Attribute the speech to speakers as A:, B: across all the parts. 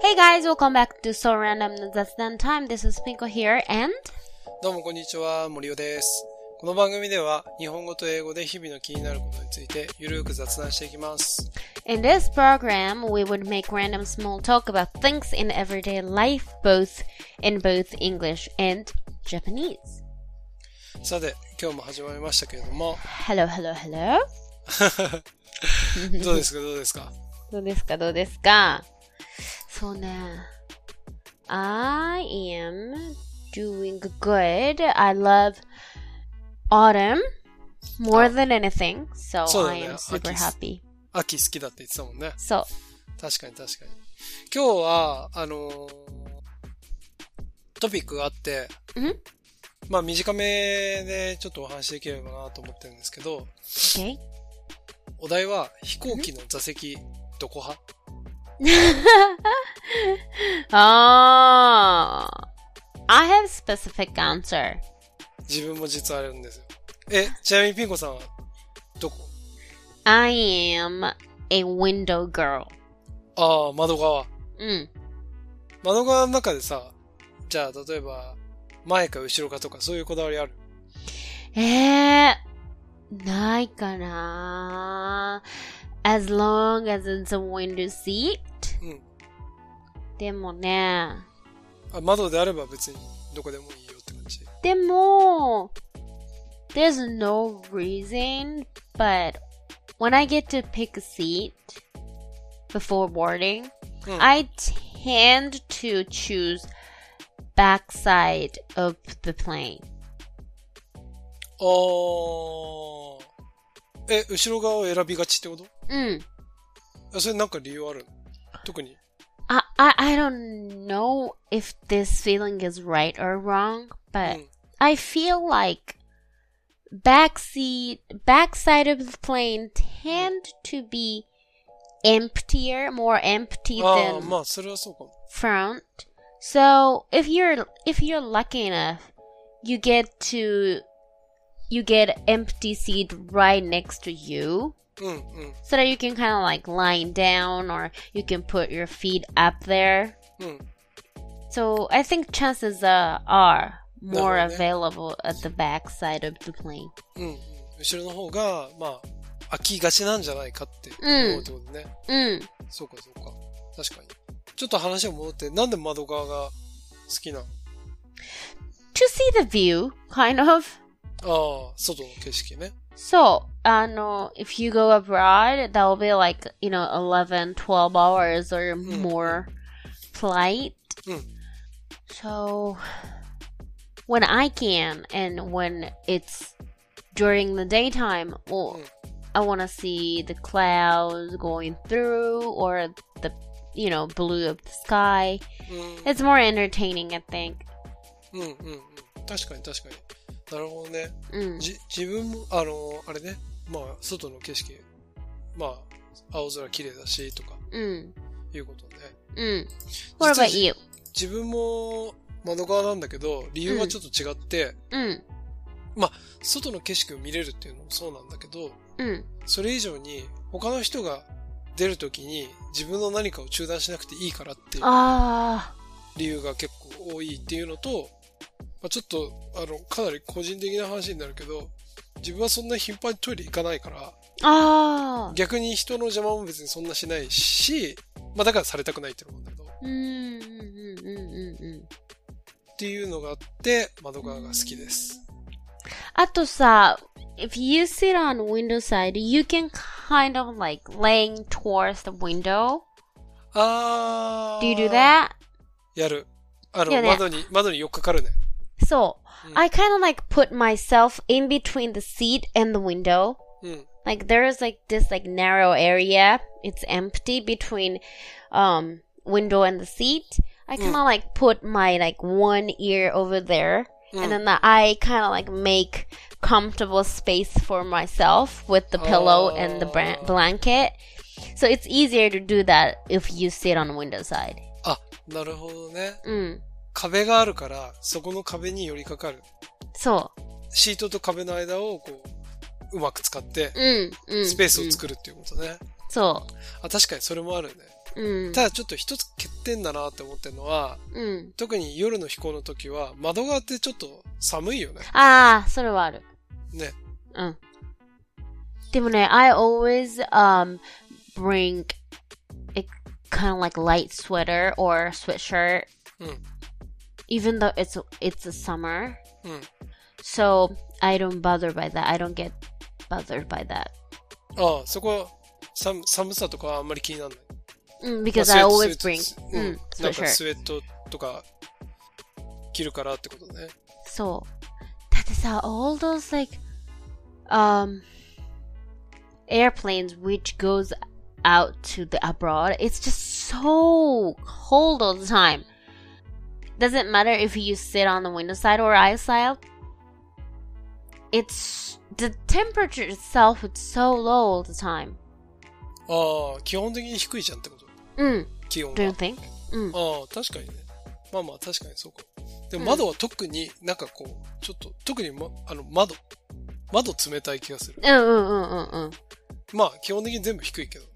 A: Hey guys, welcome back to So Random Zatsudan Time. This is Pinko here and
B: どうもこんにちは、森尾です。この番組では日本語と英語で日々の気になることについてゆるく雑談していきます。
A: in this program we would make random small talk about things in everyday life both in both English and Japanese.
B: さて、今日も始まりましたけれども、
A: Hello, hello, hello.
B: どうですかどうですか
A: どうですかどうですかそうね。I am doing good. I love autumn more than anything. So
B: そうだ
A: I
B: ね
A: am super
B: 秋
A: happy.
B: 秋好きだって言ってたもんね。
A: そう。
B: 確かに確かに。今日は、あのートピックがあって、
A: うん
B: まあ短めでちょっとお話しできればなと思ってるんですけど、
A: Okay.
B: お題は飛行機の座席どこ派
A: ああ。I have specific answer.
B: 自分も実はあるんですよ。え、ちなみにピンコさんはどこ
A: I am a window girl. Mm.
B: ああ、窓側。
A: うん。
B: 窓側の中でさ、じゃあ、例えば、前か後ろかとか、そういうこだわりある。
A: えー、ないかな As long as it's a window seat.
B: うん。
A: でもね、
B: あ窓であれば別に、どこでもいいよって感じ。
A: でも、there's no reason, but when I get to pick a seat before boarding,
B: うん。
A: I tend to choose backside of the plane.
B: あー。え、後ろ側を選びがちってこと
A: うん。
B: あそれなんか理由ある特に。
A: I, I, I don't know if this feeling is right or wrong,
B: う
A: but
B: ん。
A: I feel like backseat backside of the plane tend to be emptier, more empty
B: ああ、
A: than
B: まあ、それはそうかも。
A: front. So if you're if you're lucky enough, you get to you get empty seat right next to you,
B: うん、うん、
A: so that you can kind of like lying down or you can put your feet up there.
B: うん。
A: So I think chances uh, are more
B: Definitely.
A: available at the back side of the plane.
B: うん、うん。後ろの方が、まあ、空きがちなんじゃないかって思うってことね。
A: Mm.
B: そうか、そうか。確かに。ちょっと話が戻って、なんで窓側が好きなの
A: To see the view, kind of.
B: ああ、外の景色ね。
A: So, uh, no, if you go abroad, that will be like, you know, 11, 12 hours or more flight.
B: Mm.
A: So, when I can and when it's during the daytime, well,
B: Mm.
A: I want to see the clouds going through or the, you know, blue of the sky.
B: うん。
A: It's more entertaining, I think.
B: うんうんうん。確かに確かに。なるほどね。
A: Mm.
B: じ、自分も、あの、あれね。まあ、外の景色。まあ、青空綺麗だし、とか、
A: Mm.
B: いうことね。
A: Mm. What about you?
B: 自分も窓側なんだけど、理由はちょっと違って、
A: Mm.
B: 外の景色を見れるっていうのもそうなんだけど、
A: Mm.
B: それ以上に、他の人が出るときに、自分の何かを中断しなくていいからっていう
A: Ah.
B: 理由が結構多いっていうのと、まあ、ちょっと、あの、かなり個人的な話になるけど、自分はそんな頻繁にトイレ行かないから、
A: ああ。
B: 逆に人の邪魔も別にそんなしないし、まあだからされたくないってのもあるんだけど、
A: うんうんうんうんうんうん。
B: っていうのがあって、窓側が好きです。
A: あとさ、if you sit on window side, you can kind of like laying towards the window.
B: あー。
A: Do you do that?
B: やる。あの、
A: いいよね
B: 窓に、窓によっかかるね。
A: So,
B: うん
A: I kind of like put myself in between the seat and the window.
B: うん。
A: Like there is like this like narrow area. It's empty between um window and the seat. I
B: Mm.
A: kind of like put my like one ear over there,
B: Mm.
A: and then the, I kind of like make comfortable space for myself with the pillow and the bran-
B: Oh.
A: blanket. So it's easier to do that if you sit on the window side.
B: あ、なるほどね。
A: Mm.
B: 壁があるから、そこの壁に寄りかかる。
A: So,
B: シートと壁の間を、こう、うまく使って、
A: mm, mm,
B: スペースを
A: mm.
B: 作るっていうことね。
A: So, mm,
B: あ、確かにそれもあるね。
A: うん。
B: ただちょっと一つ欠点だなって思ってるのは、
A: うん。
B: 特に夜の飛行の時は、窓側ってちょっと寒いよね。
A: ああ、それはある。
B: ね。
A: うん。でもね、I always um bring a kind of like light sweater or sweatshirt,
B: うん。
A: even though it's it's a summer.
B: うん。
A: So I don't bother by that. I don't get bothered by that.
B: ああ、そこは寒、寒さとかはあんまり気にならない。
A: Mm, because
B: まあ
A: I
B: スウェ
A: always
B: ット
A: bring
B: スウェットうん
A: mm,
B: なんか
A: sweatshirt.
B: スウェットとか着るからってことね。
A: そう。だってさ、all those like, um, airplanes which goes out to the abroad, it's just so cold all the time. Doesn't matter if you sit on the window side or aisle side. It's the temperature itself is so low all the time.
B: ああ、基本的に低いじゃんってこと。
A: Mm,
B: 気温
A: do
B: が
A: you。think? Mm.
B: ああ、確かにね。まあまあ確かにそうか。でも
A: うん
B: 窓は特になんかこう、ちょっと、特に、ま、あの窓。窓冷たい気がす
A: Mm, う
B: る。
A: んうんうんうん。そう。
B: まあ基本的に全部低いけどね。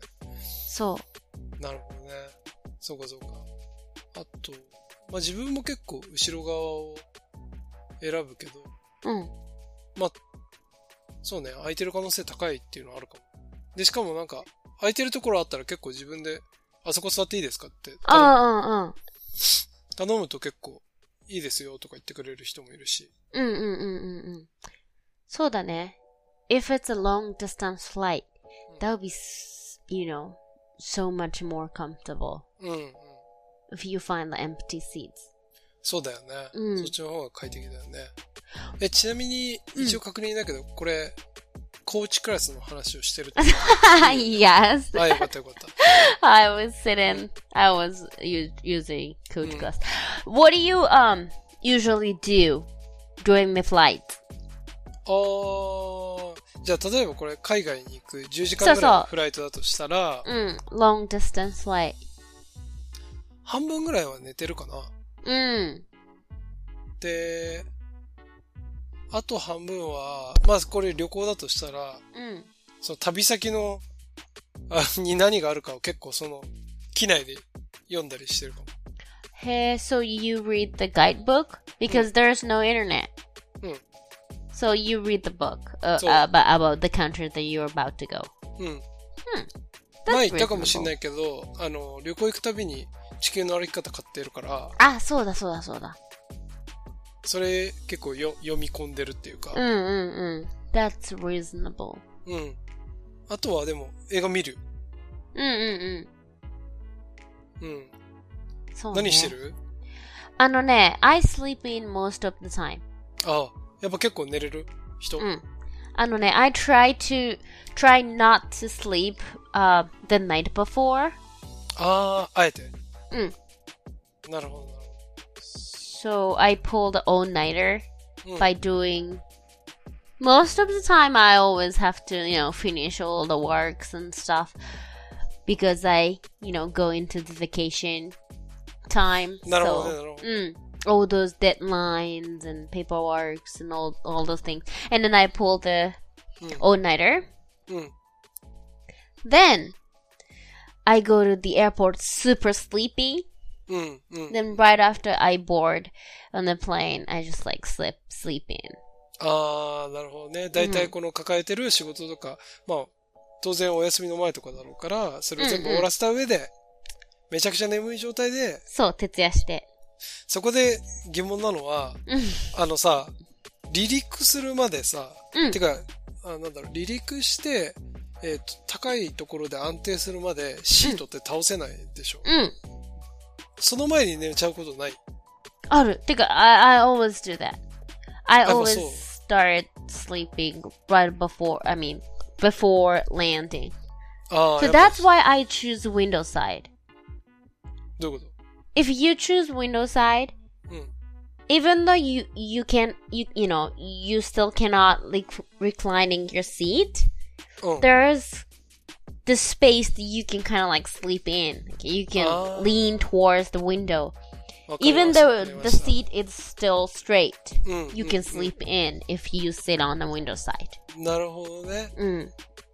B: なるほどね。そうかそうか。あと、まあ自分も結構後ろ側を選ぶけど、
A: うん。
B: そうね、空いてる可能性高いっていうのはあるかも。で、しかもなんか、空いてるところあったら結構自分で、あそこ座っていいですかって
A: Oh,
B: 頼む
A: ああ、うんうん。
B: 頼むと結構、いいですよとか言ってくれる人もいるし。
A: そうだね。If it's a long distance flight, that would be, s- you know, so much more comfortable
B: うん、うん。
A: if you find the empty seats.
B: そうだよね、
A: うん
B: そっちの方が快適だよね。え、ちなみに、一応確認だけど、これ、コーチクラスの話をし てるって。
A: yes,
B: あ、よかったよかった。
A: I was sitting, I was u- using coach class. What do you um usually do during the flight?
B: あー、じゃあ例えばこれ海外に行く10時
A: そ
B: 間
A: うそう
B: ぐらいのフライトだとしたら、
A: Mm, long distance flight.
B: 半分ぐらいは寝てるかな。
A: Mm,
B: で、あと半分は、まあこれ旅行だとしたら、
A: mm,
B: その旅先の、あに何があるかを結構その、機内で読んだりしてるかも。
A: Hey, so you read the guidebook because there's no internet.
B: Mm.
A: So you read the book uh,
B: So-
A: about, about the country that you're about to go.
B: うん。
A: That's
B: 前言ったかもしれな
A: reasonable.
B: いけど、あの、旅行行くたびに地球の歩き方買ってるから、
A: あ、そうだそうだそうだ。
B: それ結構よ読み込んでるっていうか
A: うん、うんうん。That's mm, reasonable.
B: うん。あとはでも映画見るよ。
A: うんうん
B: うん。
A: うん。そう、ね。
B: 何してる
A: あのね、I sleep in most of the time.
B: ああ、やっぱ結構寝れる人、
A: うん。あのね、I try to, try not to sleep、uh, the night before.
B: ああ、あえて。
A: うん。
B: なるほど、なる
A: So I pulled an all-nighter
B: ほど。うん、
A: by doing most of the time i always have to you know finish all the works and stuff because i you know go into the vacation time
B: なるほどね、
A: so
B: なるほど。
A: mm, all those deadlines and paperworks and all all those things and then i pull the
B: Mm.
A: all-nighter
B: うん。
A: then i go to the airport super sleepy
B: うん。うん。
A: then right after i board on the plane i just like slip sleep in
B: ああ、なるほどね。だいたいこの抱えてる仕事とか、まあ、当然お休みの前とかだろうから、それを全部終わらせた上で、めちゃくちゃ眠い状態で、
A: そう、徹夜して。
B: そこで疑問なのは、
A: うん。
B: あのさ、離陸するまでさ、
A: うん
B: てか、あなんだろう、離陸して、えっ、と、高いところで安定するまでシートって倒せないでしょ、
A: うん。
B: その前に寝ちゃうことない。
A: ある。てか、I, Oh, I always do that. I
B: あまあ
A: always
B: そう
A: start sleeping right before, I mean, before landing.
B: ああ、
A: So
B: やっぱ
A: that's why I choose window side.
B: どういうこ
A: If you choose window side,
B: とうん。
A: even though you you can you you know you still cannot like reclining your seat,
B: うん。
A: there's the space that you can kind of like sleep in. You can
B: Ah.
A: lean towards the window.
B: わかり
A: even
B: ました
A: though
B: わかり
A: the
B: ました
A: seat is still straight,
B: Mm,
A: you
B: mm,
A: can
B: mm.
A: sleep in if you sit on the window side.
B: なるほどね。
A: Mm.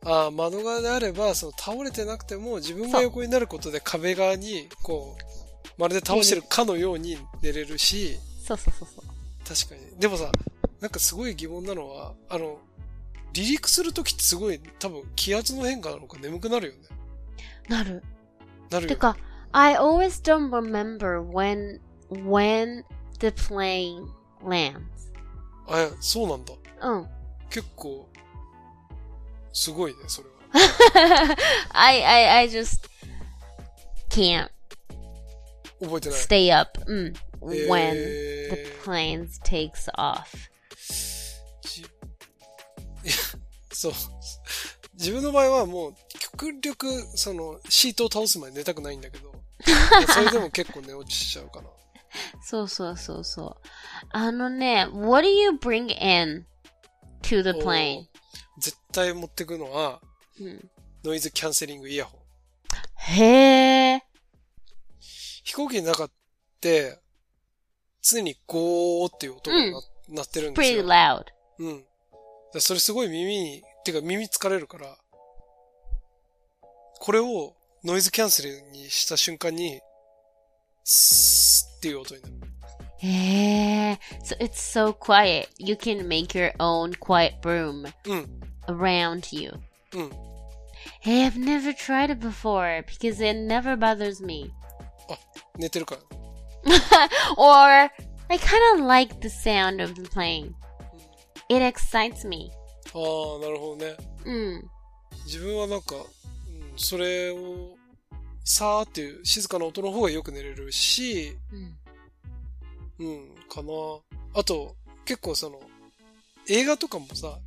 B: ああ、窓側であれば、その倒れてなくても自分が横になることで壁側に、こう、まるで倒してるかのように寝れるし、
A: そうそうそうそう。
B: 確かに。でもさ、なんかすごい疑問なのは、あの、離陸するときってすごい多分気圧の変化なのか眠くなるよね。
A: なる。
B: なるよ
A: てか、I always don't remember when, when the plane lands. Oh.
B: あ、そうなんだ。
A: うん。
B: 結構、すごいね、それは。
A: I, I, I just can't
B: 覚えてない。
A: stay up うん when
B: え
A: the plane takes off.
B: ーじいやそう。自分の場合はもう、極力、その、シートを倒すまで寝たくないんだ けど、それでも結構寝落ちしちゃうかな。
A: そうそうそうそう。あのね、what do you bring in to the
B: お
A: plane?
B: ー
A: Hmm.
B: 絶対持ってくのは、
A: うん
B: ノイズキャンセリングイヤホン。
A: へえ。
B: 飛行機の中って、常にゴーっていう音がな,、鳴ってるんです
A: pretty
B: よ。
A: loud.
B: うん。だからそれすごい耳に、てか耳疲れるから、これをノイズキャンセルにした瞬間に、スーっていう音になる。
A: へえ。So it's so quiet. You can make your own quiet room
B: うん、
A: around you.
B: うん。
A: Hey, I've never tried it before because it never bothers me.
B: 寝てるから。
A: or I kind of like the sound of the plane. It excites me.
B: ああ、なるほどね。
A: Mm.
B: 自分はなんか、うん、それを、さーっていう静かな音の方がよく寝れるし、
A: Mm.
B: うん、かな。あと、結構その、映画とかもさ、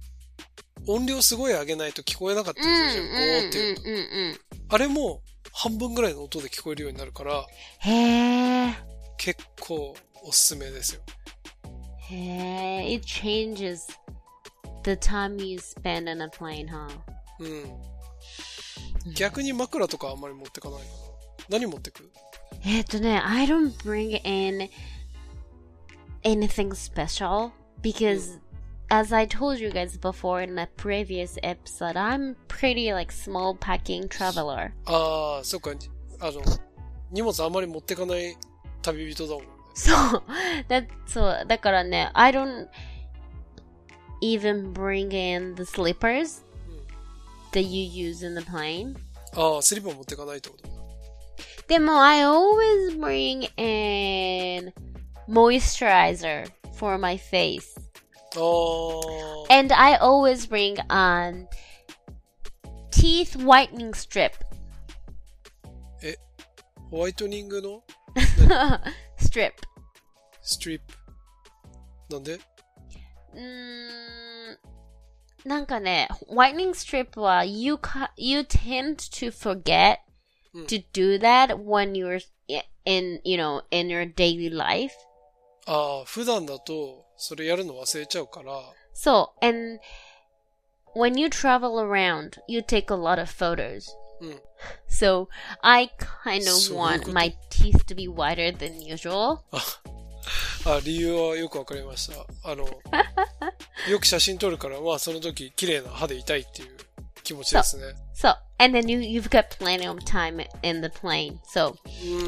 B: 音量すごい上げないと聞こえなかったりするじゃん。ゴーっていう音
A: Mm, mm, mm, mm.
B: あれも半分ぐらいの音で聞こえるようになるから、
A: Hey,
B: 結構おすすめですよ。
A: hey, it changes the time you spend on a plane, huh?
B: うん。逆に枕とかあんまり持ってかないかな。何持ってく
A: Eh, dunno, I don't bring in anything special because, as I told you guys before in the previous episode, I'm pretty like small packing traveler.
B: ああ、そっか。あの、荷物あんまり持ってかない旅人だもんね。
A: そう。だ、そう。だからね、I don't even bring in the slippers that you use in the plane.
B: ああ、スリッパ持ってかないってこと
A: でも、I always bring in moisturizer for my face.
B: あ
A: And I always bring on teeth whitening strip.
B: あ、ホワイトニングの
A: strip.
B: ストリップ。なんで
A: うーん Mm, なんかね、whitening strip は you, ca- you tend to forget
B: うん
A: to do that when you're i- in, you know, in your daily life.
B: ああ、普段だと、それやるの忘れちゃうから、
A: So, and when you travel around, you take a lot of photos.
B: うん。
A: So, I kind of
B: そういうこと。
A: want my teeth to be whiter than usual.
B: あ、理由はよくわかりました。あの、よく写真撮るから、まあその時綺麗な歯でいたいっていう気持ちですね。
A: So, and then you, you've got plenty of time in the plane. So,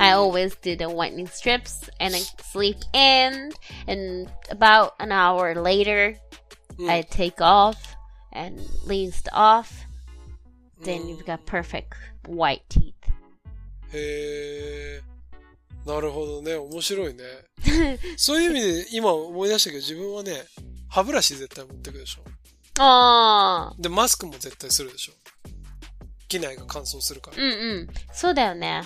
A: I always do the whitening strips and I sleep in. And about an hour later,
B: Mm.
A: I take off and rinsed off. Then you've got perfect white teeth.
B: へえ、なるほどね。面白い ね。そういう意味で今思い出したけど、自分はね、歯ブラシ絶対持ってくでしょ。
A: ああ。
B: で、マスクも絶対するでしょ。機内が乾燥するか
A: う
B: ら。
A: んうん。そうだよね。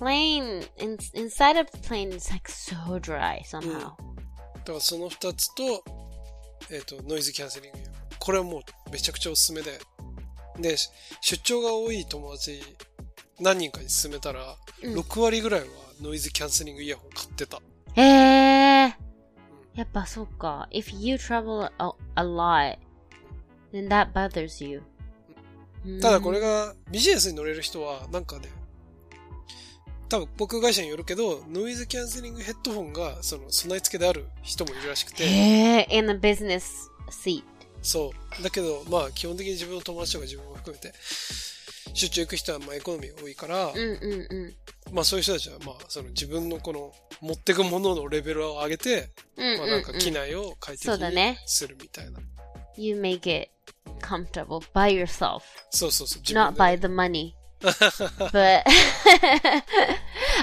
A: Plane, in, inside of the plane is like so dry somehow.
B: だからその二つと、えっ、と、ノイズキャンセリングイヤホン。これはもうめちゃくちゃおすすめで。で、し出張が多い友達何人かに勧めたら、
A: うん
B: 6割ぐらいはノイズキャンセリングイヤホン買ってた。
A: えー、やっぱそうか。If ah, you travel a, a lot, then that bothers you. Hmm.
B: ただ これがビジネスに乗れる人は、なんかね、多分航空会社によるけど、ノイズキャンセリングヘッドホンがその備え付けである人もいるらしく
A: うん
B: て、
A: へえ、in a business seat.
B: そう。だけど、まあ、基本的に自分の友達とか自分も含めて、出張行く人は、まあ、エコノミーが多いから、
A: うんうんうん。
B: まあ、そういう人たちは、まあ、その自分のこの、持ってくもののレベルを上げて、
A: うん
B: まあ、
A: うんう
B: なん
A: ん
B: か、機内を快適
A: そうだね
B: にするみたいな。
A: mm. You make it comfortable by yourself,
B: そうそうそう。自
A: not
B: で
A: by the money. but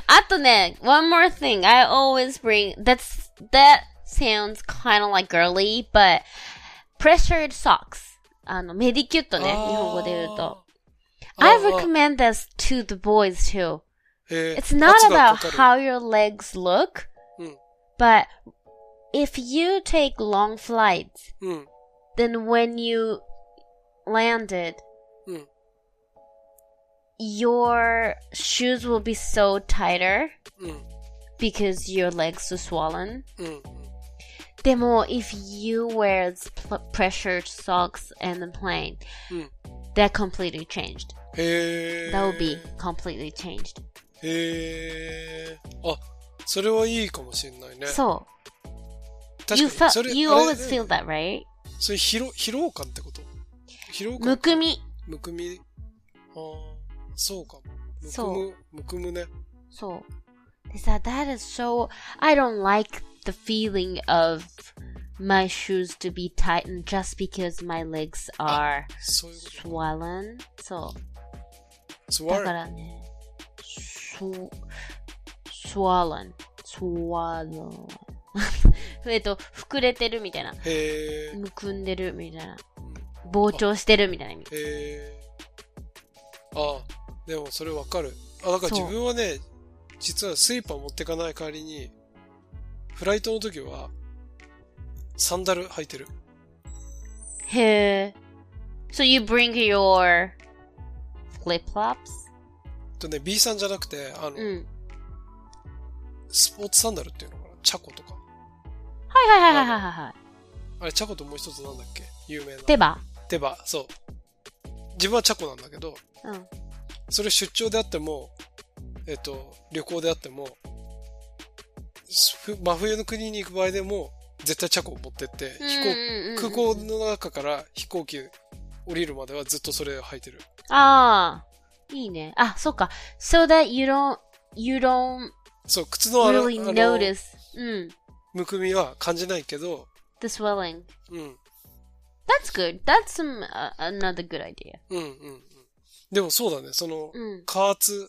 A: あとね、one more thing I always bring that's that sounds kind of like girly, but pressured socks. あの、メディキュットね、日
B: あー
A: 本語で言うと。
B: Oh, あ
A: I
B: あ
A: recommend this to the boys too.
B: へえ
A: It's not
B: 圧
A: about
B: がかかる
A: how your legs look,
B: うん。
A: but if you take long flights,
B: うん。
A: then when you landed,
B: Mm.
A: your shoes will be so tighter
B: うん。
A: because your legs are swollen.
B: うん。
A: Demo, if you wear s- pl- pressured socks in the plane,
B: Mm.
A: that completely changed.
B: へえ。
A: That will
B: Eh.
A: be completely changed.
B: へえ。あ、それはいいかもしれないね。
A: So
B: 確
A: you
B: か
A: felt
B: にそれ
A: you
B: あれ
A: always
B: う
A: feel
B: ん
A: that, right?
B: それ疲労、疲労感ってこと疲労感
A: むくみ。
B: むくみ。ああ、そうかも。むく
A: そ
B: む、むくむね。
A: So they said that is so I don't like the feeling of my shoes to be tightened just because my legs are
B: そういうこ
A: swollen. So
B: と。スワ
A: だ
B: ル
A: からね sw- swollen swollen えっと膨れてるみたいな
B: へえ。
A: むくんでるみたいな膨張してるみたいな意味
B: へえ。ああ、でもそれわかる。あ、だから
A: そう
B: 自分はね、実はスリッパ持ってかない代わりに、フライトの時は、サンダル履いてる。
A: へえ So you bring your flip flops?
B: とね、B さんじゃなくて、あの、
A: うん
B: スポーツサンダルっていうのかなチャコとか。
A: はいはいはいはいはいはい
B: あれ、チャコともう一つなんだっけ有名な。
A: 手羽
B: 手羽、そう。自分はチャコなんだけど、
A: うん
B: それ出張であっても、えっと、旅行であっても、すふ真冬の国に行く場合でも、絶対チャコを持ってって、飛
A: 飛
B: 行、空港の中から飛行機降りるまではずっとそれ履いてる。
A: ああ、いいね。あ、そっか。So that you don't, you don't
B: そう、靴のあら
A: really
B: あの
A: notice. うん。
B: むくみは感じないけど、
A: The swelling.
B: うん、
A: That's good. That's some, uh, another good idea.
B: うん、うんうん。でもそうだね、その、
A: うん。
B: 加圧、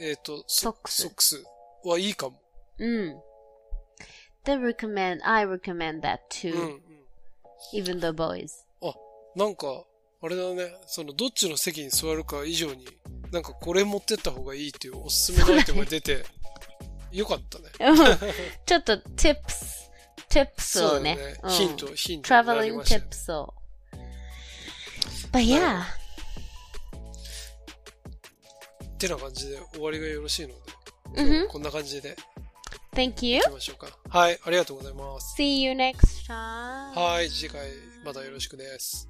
B: えっ、と、ソ
A: ソックス
B: ソックスはいいかも。
A: うん。They recommend, I recommend that
B: うん、う
A: too,
B: ん。
A: even the boys.
B: なんか、あれだね、その、どっちの席に座るか以上に、なんかこれ持ってった方がいいっていうおすすめのアイテムが出て、 よかったね。
A: うんちょっと tips, tips をね。
B: そうだ
A: うん
B: ヒント、ヒントになり
A: Traveling
B: ましたよ。
A: tips を。But yeah,
B: ってな感じで終わりがよろしいの
A: う
B: で、
A: んふん
B: こんな感じで
A: thank you.
B: いきましょうか。はい、ありがとうございます。
A: See you next time.
B: はい、次回またよろしくです。